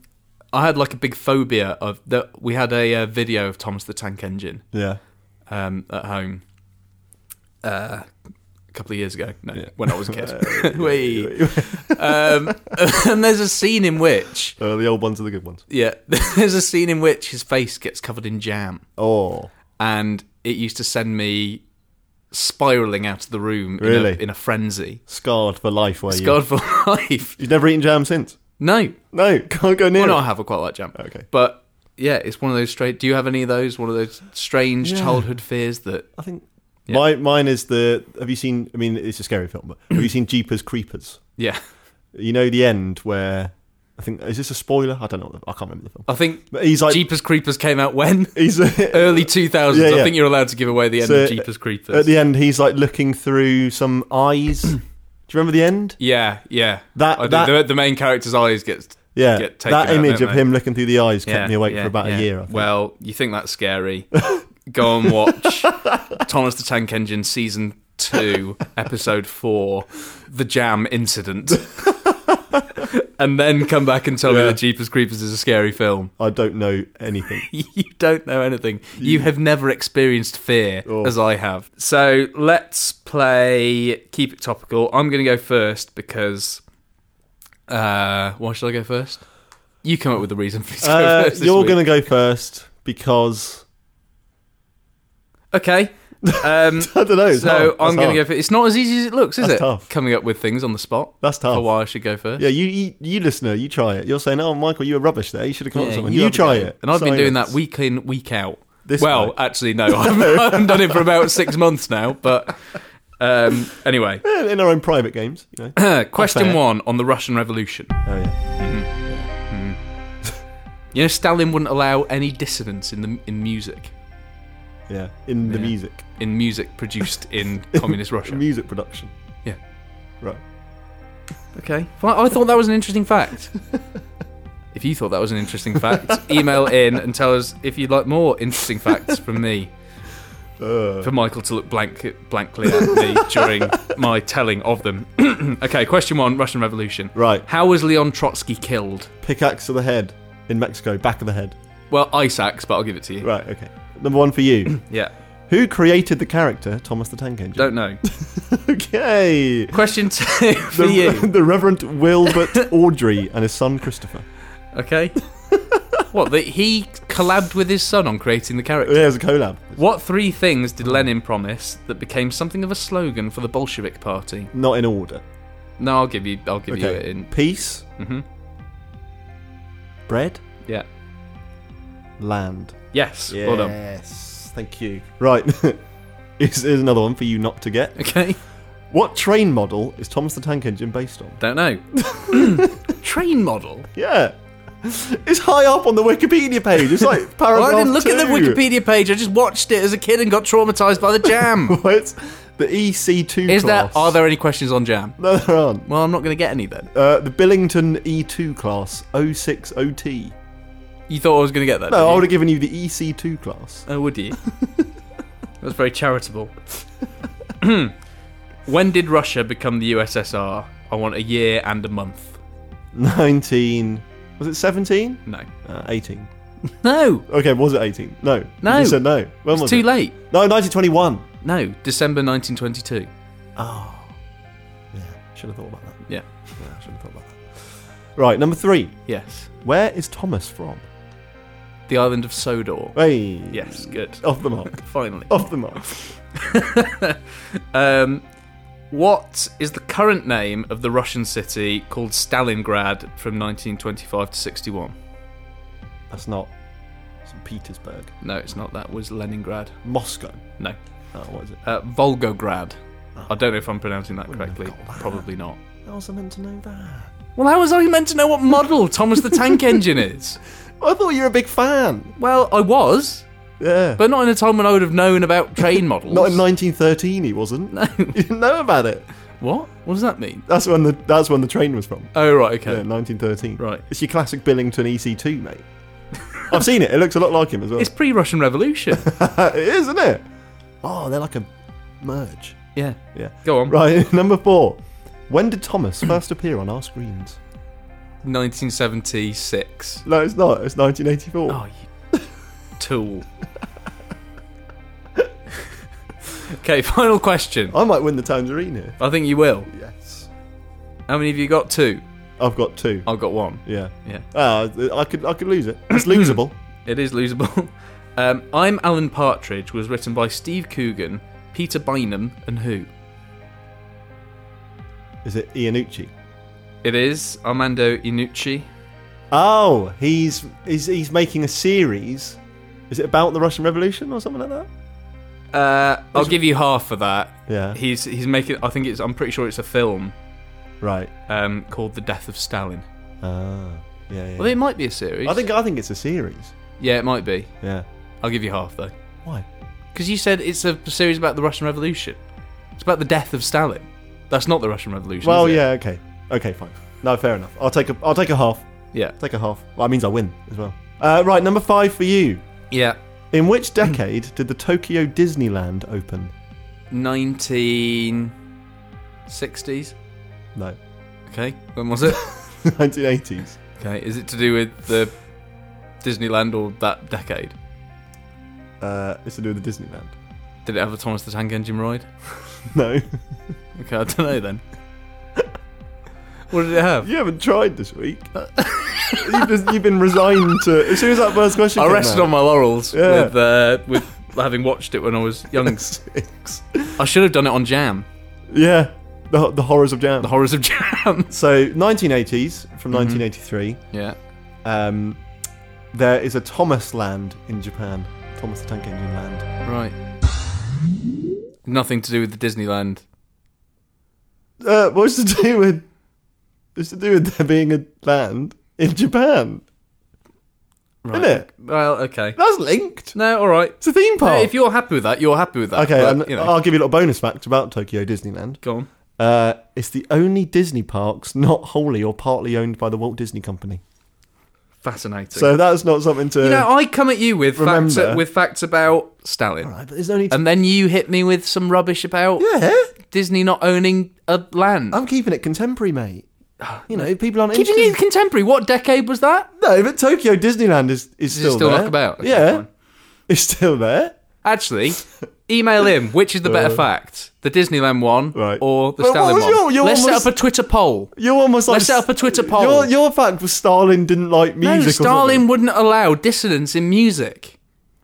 Speaker 2: I had like a big phobia of that. We had a uh, video of Thomas the Tank Engine
Speaker 1: Yeah.
Speaker 2: um, at home. Uh, a couple of years ago, no,
Speaker 1: Yeah.
Speaker 2: when I was a kid. Wee. um, and there's a scene in which
Speaker 1: Uh, the old ones are the good ones.
Speaker 2: yeah there's a scene in which his face gets covered in jam
Speaker 1: Oh.
Speaker 2: and it used to send me spiraling out of the room in,
Speaker 1: Really?
Speaker 2: a, in a frenzy
Speaker 1: Scarred for life, were you?
Speaker 2: scarred for life
Speaker 1: You've never eaten jam since?
Speaker 2: no
Speaker 1: No, can't go near
Speaker 2: well no
Speaker 1: it.
Speaker 2: i have i quite like jam
Speaker 1: Okay.
Speaker 2: but yeah it's one of those straight do you have any of those one of those strange
Speaker 1: Yeah.
Speaker 2: childhood fears that
Speaker 1: I think...
Speaker 2: Yeah.
Speaker 1: My, mine is the... Have you seen... I mean, it's a scary film, but have you seen Jeepers Creepers?
Speaker 2: yeah
Speaker 1: You know the end where... I think... Is this a spoiler? I don't know. I can't remember the film.
Speaker 2: i think
Speaker 1: But he's like...
Speaker 2: jeepers creepers came out when
Speaker 1: He's...
Speaker 2: early 2000s
Speaker 1: Yeah, yeah.
Speaker 2: i think you're allowed to give away the end
Speaker 1: So, uh,
Speaker 2: of jeepers creepers
Speaker 1: At the end, he's like looking through some eyes. Do you remember the end?
Speaker 2: Yeah, yeah.
Speaker 1: That-
Speaker 2: I do.
Speaker 1: that-
Speaker 2: the, the main character's eyes gets
Speaker 1: Yeah,
Speaker 2: Get taken
Speaker 1: that
Speaker 2: out,
Speaker 1: image
Speaker 2: don't
Speaker 1: of
Speaker 2: they?
Speaker 1: him looking through the eyes kept
Speaker 2: yeah,
Speaker 1: me awake
Speaker 2: yeah,
Speaker 1: for about
Speaker 2: yeah.
Speaker 1: a year. I think.
Speaker 2: Well, you think that's scary? Go and watch Thomas the Tank Engine season two, episode four, the Jam Incident, and then come back and tell me
Speaker 1: Yeah.
Speaker 2: that Jeepers Creepers is a scary film.
Speaker 1: I don't know anything.
Speaker 2: You don't know anything. You have never experienced fear
Speaker 1: Oh.
Speaker 2: as I have. So let's play Keep It Topical. I'm going to go first because. Uh, why should I go first? You come up with the reason for me to go
Speaker 1: Uh,
Speaker 2: first. this
Speaker 1: you're
Speaker 2: week.
Speaker 1: going to go first because
Speaker 2: Okay. Um,
Speaker 1: I don't know. it's
Speaker 2: so
Speaker 1: hard. That's
Speaker 2: I'm going
Speaker 1: hard.
Speaker 2: to go for It's not as easy as it looks, is
Speaker 1: That's
Speaker 2: it?
Speaker 1: tough.
Speaker 2: Coming up with things on the spot
Speaker 1: That's
Speaker 2: for
Speaker 1: tough.
Speaker 2: why I should go first.
Speaker 1: Yeah, you, you you listener, you try it. You're saying, "Oh, Michael, you were rubbish there. You should have come up with something." You,
Speaker 2: have a
Speaker 1: try
Speaker 2: go.
Speaker 1: it.
Speaker 2: And I've been doing that
Speaker 1: Silence.
Speaker 2: week in, week out.
Speaker 1: This
Speaker 2: well,
Speaker 1: way.
Speaker 2: actually, no, I haven't, I haven't done it for about six months now. But um, anyway,
Speaker 1: Yeah, in our own private games. You know.
Speaker 2: question
Speaker 1: Fair.
Speaker 2: one on the Russian Revolution.
Speaker 1: Oh yeah.
Speaker 2: You know, Stalin wouldn't allow any dissonance in the in music
Speaker 1: Yeah, in the
Speaker 2: Yeah.
Speaker 1: music,
Speaker 2: in music produced in communist Russia.
Speaker 1: music production.
Speaker 2: Yeah.
Speaker 1: right.
Speaker 2: Okay. Well, I thought that was an interesting fact. if you thought that was an interesting fact, email in and tell us if you'd like more interesting facts from me.
Speaker 1: Uh,
Speaker 2: For Michael to look blank, blankly at me during my telling of them. okay, question one Russian Revolution.
Speaker 1: right.
Speaker 2: How was Leon Trotsky killed?
Speaker 1: Pickaxe of the head in Mexico, back of the head.
Speaker 2: Well, ice axe, but I'll give it to you.
Speaker 1: Right. Okay. Number one for you.
Speaker 2: Yeah,
Speaker 1: Who created the character Thomas the Tank Engine?
Speaker 2: don't know.
Speaker 1: Okay.
Speaker 2: Question two for
Speaker 1: The,
Speaker 2: you.
Speaker 1: the Reverend Wilbert Audrey and his son Christopher.
Speaker 2: Okay. What, that he collabed with his son on creating the character?
Speaker 1: There's a collab.
Speaker 2: What three things did Lenin promise that became something of a slogan for the Bolshevik Party?
Speaker 1: Not in order.
Speaker 2: No, I'll give you. I'll give you it
Speaker 1: Okay.
Speaker 2: in.
Speaker 1: Peace,
Speaker 2: hmm
Speaker 1: bread,
Speaker 2: Yeah.
Speaker 1: land.
Speaker 2: Yes. Well done.
Speaker 1: Yes. Thank you. Right. Here's, here's another one for you not to get.
Speaker 2: Okay.
Speaker 1: What train model is Thomas the Tank Engine based on?
Speaker 2: Don't know. Train model.
Speaker 1: Yeah. It's high up on the Wikipedia page. It's like paragraph
Speaker 2: Well, I didn't look at the
Speaker 1: two.
Speaker 2: Wikipedia page. I just watched it as a kid and got traumatized by the jam.
Speaker 1: Well, it's the EC2
Speaker 2: Is
Speaker 1: class.
Speaker 2: that? Are there any questions on jam?
Speaker 1: No, there aren't.
Speaker 2: Well, I'm not going to get any then.
Speaker 1: Uh, the Billington E2 class, 060T.
Speaker 2: You thought I was going to get that?
Speaker 1: No, Oh, I
Speaker 2: did
Speaker 1: would have given you the EC2 class.
Speaker 2: you? Oh, would you? That's very charitable. when did Russia become the USSR? I want a year and a month.
Speaker 1: 19. Was it 17?
Speaker 2: No.
Speaker 1: Uh, 18.
Speaker 2: No.
Speaker 1: Okay, was it 18? No.
Speaker 2: No.
Speaker 1: You said no. When
Speaker 2: It's
Speaker 1: was
Speaker 2: too
Speaker 1: it?
Speaker 2: late.
Speaker 1: No, 1921.
Speaker 2: No. December 1922.
Speaker 1: Oh. Yeah, should have thought about that.
Speaker 2: Yeah.
Speaker 1: Yeah, should have thought about that. Right, number three.
Speaker 2: Yes.
Speaker 1: Where is Thomas from?
Speaker 2: The island of Sodor.
Speaker 1: Hey.
Speaker 2: Yes. Good.
Speaker 1: Off the mark.
Speaker 2: Finally.
Speaker 1: Off the mark.
Speaker 2: Um, what is the current name of the Russian city called Stalingrad from 1925 to 61?
Speaker 1: That's not St. Petersburg.
Speaker 2: No, it's not. That was Leningrad.
Speaker 1: Moscow.
Speaker 2: No.
Speaker 1: Oh, what is it?
Speaker 2: Uh, Volgograd. I don't know if I'm pronouncing that
Speaker 1: Wouldn't have
Speaker 2: correctly.
Speaker 1: Oh. got that.
Speaker 2: Probably not.
Speaker 1: How was I meant to know that?
Speaker 2: Well, how was I meant to know what model Thomas the Tank Engine is?
Speaker 1: I thought you were a big fan.
Speaker 2: Well, I was,
Speaker 1: Yeah.
Speaker 2: but not in a time when I would have known about train models.
Speaker 1: Not in 1913, he wasn't.
Speaker 2: No.
Speaker 1: You didn't know about it.
Speaker 2: What? What does that mean?
Speaker 1: That's when the that's when the train was from.
Speaker 2: Oh, right, okay.
Speaker 1: Yeah, 1913.
Speaker 2: Right.
Speaker 1: It's your classic Billington EC2, mate. I've seen it. It looks a lot like him as well.
Speaker 2: It's pre Russian Revolution.
Speaker 1: it is, isn't it? Oh, they're like a merge.
Speaker 2: yeah.
Speaker 1: Yeah.
Speaker 2: Go on.
Speaker 1: Right, number four. When did Thomas first appear on our screens?
Speaker 2: 1976.
Speaker 1: No, it's not. It's 1984.
Speaker 2: Oh, you tool. okay, final question.
Speaker 1: I might win the tangerine here.
Speaker 2: I think you will.
Speaker 1: Yes.
Speaker 2: How many have you got? Two.
Speaker 1: I've got two.
Speaker 2: I've got one.
Speaker 1: Yeah.
Speaker 2: Yeah,
Speaker 1: Ah, I could I could lose it. It's losable.
Speaker 2: it is losable. Um, I'm Alan Partridge was written by Steve Coogan, Peter Bynum, and who?
Speaker 1: Is it Ianucci?
Speaker 2: It is Armando Iannucci.
Speaker 1: Oh, he's he's he's making a series. Is it about the Russian Revolution or something like that?
Speaker 2: Uh, I'll give you half for that.
Speaker 1: Yeah.
Speaker 2: He's he's making. I think it's. I'm pretty sure it's a film
Speaker 1: Right.
Speaker 2: um, called The Death of Stalin.
Speaker 1: Ah. Yeah. yeah,
Speaker 2: Well, it might be a series.
Speaker 1: yeah. I think I think it's a series.
Speaker 2: Yeah, it might be.
Speaker 1: Yeah.
Speaker 2: I'll give you half though.
Speaker 1: Why?
Speaker 2: Because you said it's a series about the Russian Revolution. It's about the death of Stalin. That's not the Russian Revolution.
Speaker 1: Well,
Speaker 2: is it?
Speaker 1: yeah. Okay. Okay. Fine. No, fair enough. I'll take a I'll take a half.
Speaker 2: yeah,
Speaker 1: Take a half. Well, that means I win as well. Uh, right. Number five for you.
Speaker 2: yeah.
Speaker 1: In which decade did the Tokyo Disneyland open?
Speaker 2: Nineteen sixties.
Speaker 1: No.
Speaker 2: Okay, when was it?
Speaker 1: 1980s.
Speaker 2: okay, is it to do with the Disneyland or that decade?
Speaker 1: Uh, it's to do with the Disneyland.
Speaker 2: Did it have a Thomas the Tank Engine ride?
Speaker 1: No.
Speaker 2: Okay, I don't know then. what did it have?
Speaker 1: You haven't tried this week.
Speaker 2: Uh,
Speaker 1: you've, just, you've been resigned to. As soon as that first question,
Speaker 2: I
Speaker 1: came
Speaker 2: rested
Speaker 1: out-
Speaker 2: on my laurels
Speaker 1: Yeah.
Speaker 2: with uh, with having watched it when I was young.
Speaker 1: six.
Speaker 2: I should have done it on Jam,
Speaker 1: Yeah, the, the horrors of jam.
Speaker 2: the horrors of Jam.
Speaker 1: so 1980s from
Speaker 2: Mm-hmm.
Speaker 1: 1983.
Speaker 2: yeah.
Speaker 1: Um, there is a Thomas Land in Japan. Thomas the Tank Engine Land.
Speaker 2: Right. Nothing to do with the Disneyland.
Speaker 1: Uh, what's to do with? It's to do with there being a land in Japan,
Speaker 2: Right.
Speaker 1: isn't it?
Speaker 2: Well, okay.
Speaker 1: That's linked.
Speaker 2: No, all right.
Speaker 1: It's a theme
Speaker 2: No,
Speaker 1: park.
Speaker 2: if you're happy with that, you're happy with that.
Speaker 1: Oh. okay,
Speaker 2: But,
Speaker 1: and uh,
Speaker 2: you know,
Speaker 1: I'll give you a little bonus fact about Tokyo Disneyland.
Speaker 2: go on.
Speaker 1: Uh, it's the only Disney parks not wholly or partly owned by the Walt Disney Company.
Speaker 2: Fascinating.
Speaker 1: So that's not something to.
Speaker 2: you know, I come at you with facts,
Speaker 1: remember-
Speaker 2: with facts about Stalin,
Speaker 1: All right, but there's only.
Speaker 2: and then you hit me with some rubbish about
Speaker 1: yeah,
Speaker 2: Disney not owning a land.
Speaker 1: I'm keeping it contemporary, mate. You know, people aren't
Speaker 2: Keeping it
Speaker 1: interested.
Speaker 2: contemporary. What decade was that?
Speaker 1: No, but Tokyo Disneyland is is
Speaker 2: Is it
Speaker 1: still,
Speaker 2: still
Speaker 1: there.
Speaker 2: knock about? Okay,
Speaker 1: yeah,
Speaker 2: fine.
Speaker 1: it's still there.
Speaker 2: Actually, email in. Which is the better fact, the Disneyland one
Speaker 1: Uh, Right.
Speaker 2: or the
Speaker 1: But what
Speaker 2: Stalin
Speaker 1: was
Speaker 2: one?
Speaker 1: your- your
Speaker 2: Let's
Speaker 1: one was-
Speaker 2: set up a Twitter poll.
Speaker 1: You're almost like
Speaker 2: Let's set up a Twitter poll.
Speaker 1: Your your fact was Stalin didn't like music.
Speaker 2: No,
Speaker 1: or something.
Speaker 2: Stalin wouldn't allow dissonance in music.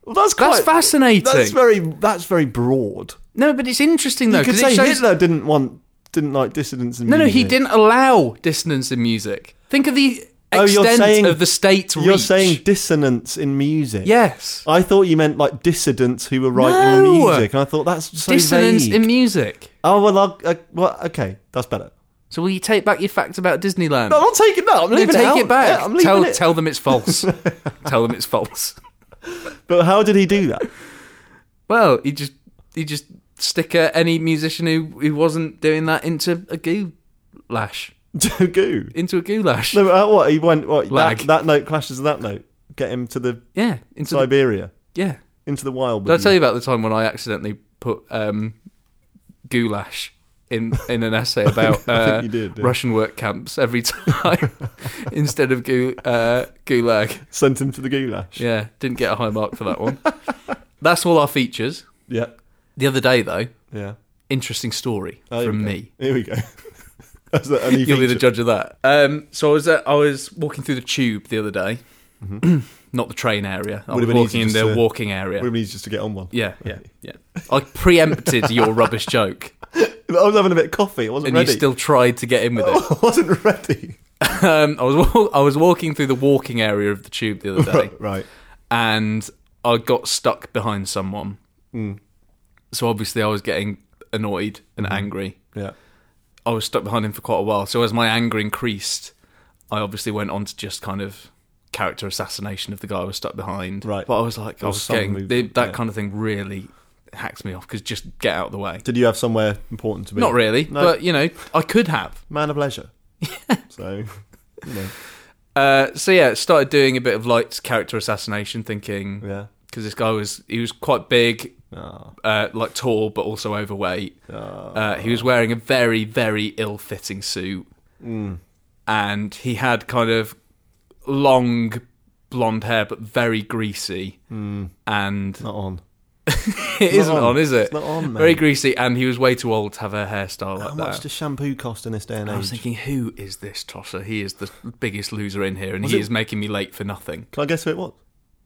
Speaker 1: Well, that's quite.
Speaker 2: That's fascinating.
Speaker 1: That's very that's very broad.
Speaker 2: no, but it's interesting though
Speaker 1: you could
Speaker 2: because it
Speaker 1: say
Speaker 2: shows.
Speaker 1: Hitler didn't want didn't like dissidents in
Speaker 2: no, no,
Speaker 1: music.
Speaker 2: he didn't allow dissonance in music. Think of the
Speaker 1: Oh, you're
Speaker 2: extent
Speaker 1: saying-
Speaker 2: of the state
Speaker 1: You're
Speaker 2: reach.
Speaker 1: saying dissonance in music.
Speaker 2: yes.
Speaker 1: I thought you meant like dissidents who were writing
Speaker 2: No.
Speaker 1: music. And I thought that's so
Speaker 2: Dissonance
Speaker 1: vague.
Speaker 2: in music.
Speaker 1: oh well, I'll, I, well, okay, that's better.
Speaker 2: So will you take back your fact about Disneyland?
Speaker 1: No, I'm not taking that. I'm
Speaker 2: No,
Speaker 1: leaving
Speaker 2: take
Speaker 1: it, out.
Speaker 2: it back.
Speaker 1: Yeah, I'm leaving
Speaker 2: tell,
Speaker 1: it.
Speaker 2: tell them it's false. tell them it's false.
Speaker 1: But how did he do that?
Speaker 2: Well, he just he just stick uh, any musician who, who wasn't doing that into a goulash.
Speaker 1: To goo.
Speaker 2: Into a goulash.
Speaker 1: No, but uh, what he went? What
Speaker 2: Lag.
Speaker 1: that, that note clashes with that note. Get him to the
Speaker 2: Yeah. Into the,
Speaker 1: Siberia,
Speaker 2: yeah.
Speaker 1: into the wild.
Speaker 2: Did I
Speaker 1: with
Speaker 2: tell you about the time when I accidentally put um, goulash in in an essay about
Speaker 1: I think
Speaker 2: uh,
Speaker 1: you did, yeah.
Speaker 2: Russian work camps every time instead of gou, uh, gulag?
Speaker 1: Sent him to the goulash.
Speaker 2: Yeah, didn't get a high mark for that one. That's all our features.
Speaker 1: Yeah.
Speaker 2: The other day, though,
Speaker 1: Yeah.
Speaker 2: interesting story
Speaker 1: Oh, here
Speaker 2: from
Speaker 1: we go.
Speaker 2: me.
Speaker 1: Here we go. That's the only
Speaker 2: You'll be the
Speaker 1: feature.
Speaker 2: judge of that. Um, so I was uh, I was walking through the tube the other day, not the train area. I
Speaker 1: Would have Mm-hmm.
Speaker 2: was
Speaker 1: been easy
Speaker 2: walking in
Speaker 1: just
Speaker 2: the
Speaker 1: to-
Speaker 2: walking area.
Speaker 1: Would have been easy just to get on one.
Speaker 2: yeah, yeah, yeah. I preempted your rubbish joke,
Speaker 1: I was having a bit of coffee. I wasn't
Speaker 2: and
Speaker 1: ready. Oh.
Speaker 2: you still tried to get in with it.
Speaker 1: I wasn't ready.
Speaker 2: Um, I was wa- I was walking through the walking area of the tube the other day,
Speaker 1: Right.
Speaker 2: and I got stuck behind someone.
Speaker 1: Mm.
Speaker 2: So obviously, I was getting annoyed and
Speaker 1: Mm-hmm.
Speaker 2: angry.
Speaker 1: Yeah.
Speaker 2: I was stuck behind him for quite a while. So as my anger increased, I obviously went on to just kind of character assassination of the guy I was stuck behind.
Speaker 1: Right.
Speaker 2: But I was like, I
Speaker 1: was
Speaker 2: was
Speaker 1: some
Speaker 2: getting
Speaker 1: move-
Speaker 2: they- that
Speaker 1: yeah.
Speaker 2: kind of thing really hacks me off because just get out of the way.
Speaker 1: Did you have somewhere important to be?
Speaker 2: Not really,
Speaker 1: No.
Speaker 2: but you know, I could have.
Speaker 1: Man of leisure. so, you know,
Speaker 2: Uh, so yeah, started doing a bit of light character assassination, thinking
Speaker 1: yeah.
Speaker 2: because this guy was he was quite big,
Speaker 1: Oh,
Speaker 2: uh, like tall, but also overweight.
Speaker 1: oh.
Speaker 2: Uh, he was wearing a very, very ill fitting suit.
Speaker 1: Mm.
Speaker 2: And he had kind of long blonde hair, but very greasy. And
Speaker 1: Not on.
Speaker 2: it
Speaker 1: not
Speaker 2: isn't
Speaker 1: Mm. on.
Speaker 2: on, is it?
Speaker 1: It's not on,
Speaker 2: Very
Speaker 1: mate.
Speaker 2: greasy. And he was way too old to have a hairstyle like
Speaker 1: How
Speaker 2: that.
Speaker 1: much does shampoo cost in this day and
Speaker 2: I was
Speaker 1: age?
Speaker 2: thinking, who is this tosser? He is the biggest loser in here, and
Speaker 1: Was
Speaker 2: he
Speaker 1: it-
Speaker 2: is making me late for nothing.
Speaker 1: Can I guess who it was?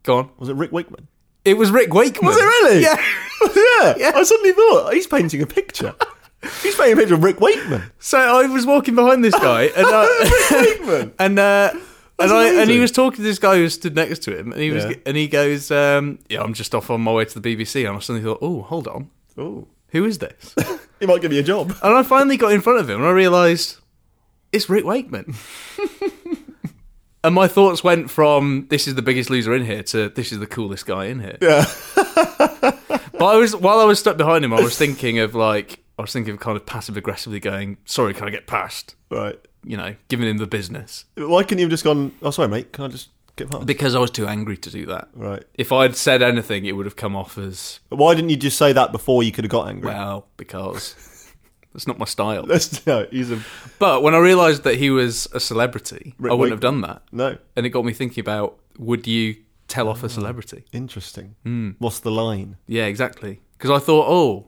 Speaker 2: Go on.
Speaker 1: Was it Rick Wakeman?
Speaker 2: It was Rick Wakeman.
Speaker 1: Was it really?
Speaker 2: Yeah.
Speaker 1: yeah. I suddenly thought he's painting a picture. he's painting a picture of Rick Wakeman.
Speaker 2: So I was walking behind this guy, and I,
Speaker 1: Wakeman.
Speaker 2: and uh, and I and he
Speaker 1: amazing.
Speaker 2: was talking to this guy who stood next to him, and he was
Speaker 1: Yeah.
Speaker 2: and he goes, um, "Yeah, I'm just off on my way to the BBC," and I suddenly thought, "Oh, hold on,
Speaker 1: Oh,
Speaker 2: who is this?" and
Speaker 1: he might give me a job.
Speaker 2: I finally got in front of him, and I realised it's Rick Wakeman. and my thoughts went from "This is the biggest loser in here" to "This is the coolest guy in here."
Speaker 1: Yeah.
Speaker 2: But I was while I was stuck behind him, I was thinking of like I was thinking of kind of passive aggressively going, "Sorry, can I get past?"
Speaker 1: right.
Speaker 2: You know, giving him the business
Speaker 1: Why couldn't you have just gone? Oh, sorry, mate. Can I just get past?
Speaker 2: because I was too angry to do that.
Speaker 1: right.
Speaker 2: if I'd said anything, it would have come off as
Speaker 1: Why didn't you just say that before you could have got angry?
Speaker 2: well because that's not my style.
Speaker 1: Let's no. He's a
Speaker 2: But when I realised that he was a celebrity,
Speaker 1: Rick
Speaker 2: I wouldn't have
Speaker 1: Wakeman.
Speaker 2: done that,
Speaker 1: no.
Speaker 2: and it got me thinking about would you tell
Speaker 1: Ah.
Speaker 2: off a celebrity?
Speaker 1: Interesting.
Speaker 2: Hmm.
Speaker 1: What's the line?
Speaker 2: Yeah, exactly. Because I thought, oh,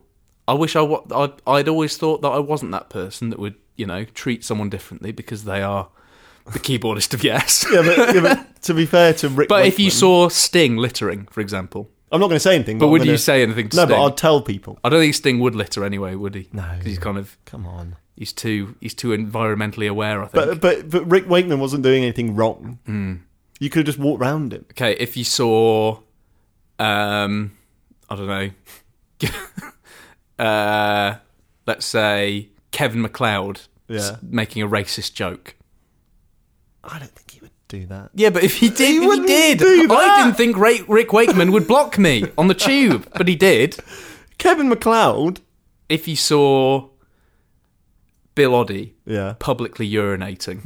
Speaker 2: I wish I wa- I'd, I'd always thought that I wasn't that person that would you know treat someone differently because they are the keyboardist of Yes.
Speaker 1: Yeah, but, yeah, but to be fair to Rick,
Speaker 2: But if you
Speaker 1: Wakeman-
Speaker 2: saw Sting littering, for example,
Speaker 1: I'm not going to say anything.
Speaker 2: but
Speaker 1: I'm
Speaker 2: would
Speaker 1: gonna-
Speaker 2: you say anything to
Speaker 1: No,
Speaker 2: Sting?
Speaker 1: but I'll tell people.
Speaker 2: I don't think Sting would litter anyway, would he?
Speaker 1: No.
Speaker 2: 'Cause he's kind of
Speaker 1: Come on.
Speaker 2: He's too he's too environmentally aware, I think. Hmm.
Speaker 1: But but but Rick Wakeman wasn't doing anything wrong. You could have just walked round him.
Speaker 2: okay, if you saw um I don't know uh let's say Kevin McLeod
Speaker 1: Yeah.
Speaker 2: making a racist joke.
Speaker 1: I don't think he would do that.
Speaker 2: Yeah, but if he did, he,
Speaker 1: wouldn't
Speaker 2: did.
Speaker 1: do
Speaker 2: I
Speaker 1: that.
Speaker 2: didn't think Ra- Rick Wakeman would block me on the tube, but he did.
Speaker 1: Kevin McLeod.
Speaker 2: If you saw Bill Oddie
Speaker 1: Yeah.
Speaker 2: publicly urinating,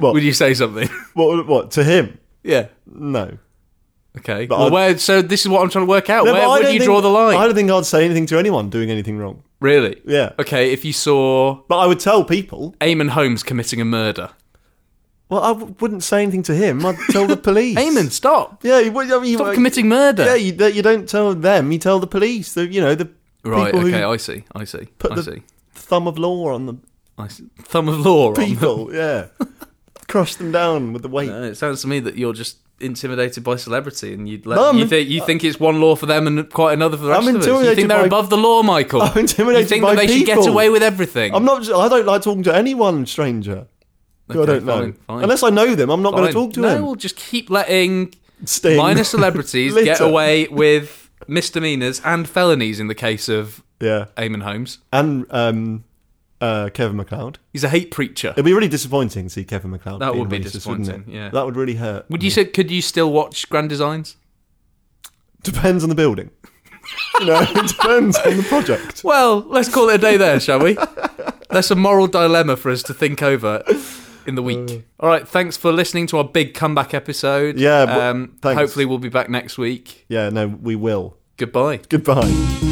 Speaker 1: What?
Speaker 2: would you say something?
Speaker 1: What? What? To him?
Speaker 2: yeah.
Speaker 1: No.
Speaker 2: Okay.
Speaker 1: But
Speaker 2: well,
Speaker 1: I-
Speaker 2: where, so this is what I'm trying to work out.
Speaker 1: No, but
Speaker 2: where
Speaker 1: I
Speaker 2: would
Speaker 1: don't
Speaker 2: you
Speaker 1: think-
Speaker 2: draw the line?
Speaker 1: I don't think I'd say anything to anyone doing anything wrong.
Speaker 2: Really?
Speaker 1: Yeah.
Speaker 2: Okay, if you saw
Speaker 1: But I would tell people.
Speaker 2: Eamon Holmes committing a murder.
Speaker 1: Well, I w- wouldn't say anything to him. I'd tell the police.
Speaker 2: Eamon, stop.
Speaker 1: Yeah, you, would- I mean, you,
Speaker 2: Stop
Speaker 1: would-
Speaker 2: committing murder.
Speaker 1: Yeah, you, you don't tell them. You tell the police. The you know the
Speaker 2: right,
Speaker 1: people who
Speaker 2: okay, I see. I see.
Speaker 1: put
Speaker 2: I
Speaker 1: the-
Speaker 2: see.
Speaker 1: thumb of law on the
Speaker 2: I see. Thumb of law on them.
Speaker 1: people. yeah, crush them down with the weight.
Speaker 2: No, Uh, it sounds to me that you're just intimidated by celebrity and you'd let,
Speaker 1: No, I'm
Speaker 2: you,
Speaker 1: in-
Speaker 2: think, you think it's one law for them and quite another for the rest
Speaker 1: I'm
Speaker 2: of us. You
Speaker 1: intimidated
Speaker 2: think they're
Speaker 1: by-
Speaker 2: above the law, Michael.
Speaker 1: I'm intimidated
Speaker 2: You think
Speaker 1: by
Speaker 2: that they should get
Speaker 1: people.
Speaker 2: away with everything.
Speaker 1: I'm not. I don't like talking to anyone, stranger. who I
Speaker 2: Okay,
Speaker 1: don't know.
Speaker 2: fine, fine.
Speaker 1: Unless I know them, I'm not going to
Speaker 2: Fine.
Speaker 1: talk to
Speaker 2: no,
Speaker 1: them.
Speaker 2: we'll just keep letting
Speaker 1: Sting.
Speaker 2: minor celebrities
Speaker 1: Litter.
Speaker 2: get away with misdemeanors and felonies in the case of
Speaker 1: yeah,
Speaker 2: Eamon Holmes.
Speaker 1: and um, uh, Kevin McLeod.
Speaker 2: He's a hate preacher.
Speaker 1: It'd be really disappointing to see Kevin McLeod.
Speaker 2: That
Speaker 1: being
Speaker 2: would be
Speaker 1: racist, wouldn't it?
Speaker 2: disappointing, yeah.
Speaker 1: that would really hurt.
Speaker 2: Would you say could you still watch Grand Designs?
Speaker 1: Depends on the building. you know, it depends on the project.
Speaker 2: Well, let's call it a day there, shall we? That's a moral dilemma for us to think over in the week. All right, thanks for listening to our big comeback episode.
Speaker 1: Uh. Yeah, but-
Speaker 2: um,
Speaker 1: thanks.
Speaker 2: hopefully we'll be back next week.
Speaker 1: Yeah, no, we will.
Speaker 2: Goodbye.
Speaker 1: Goodbye.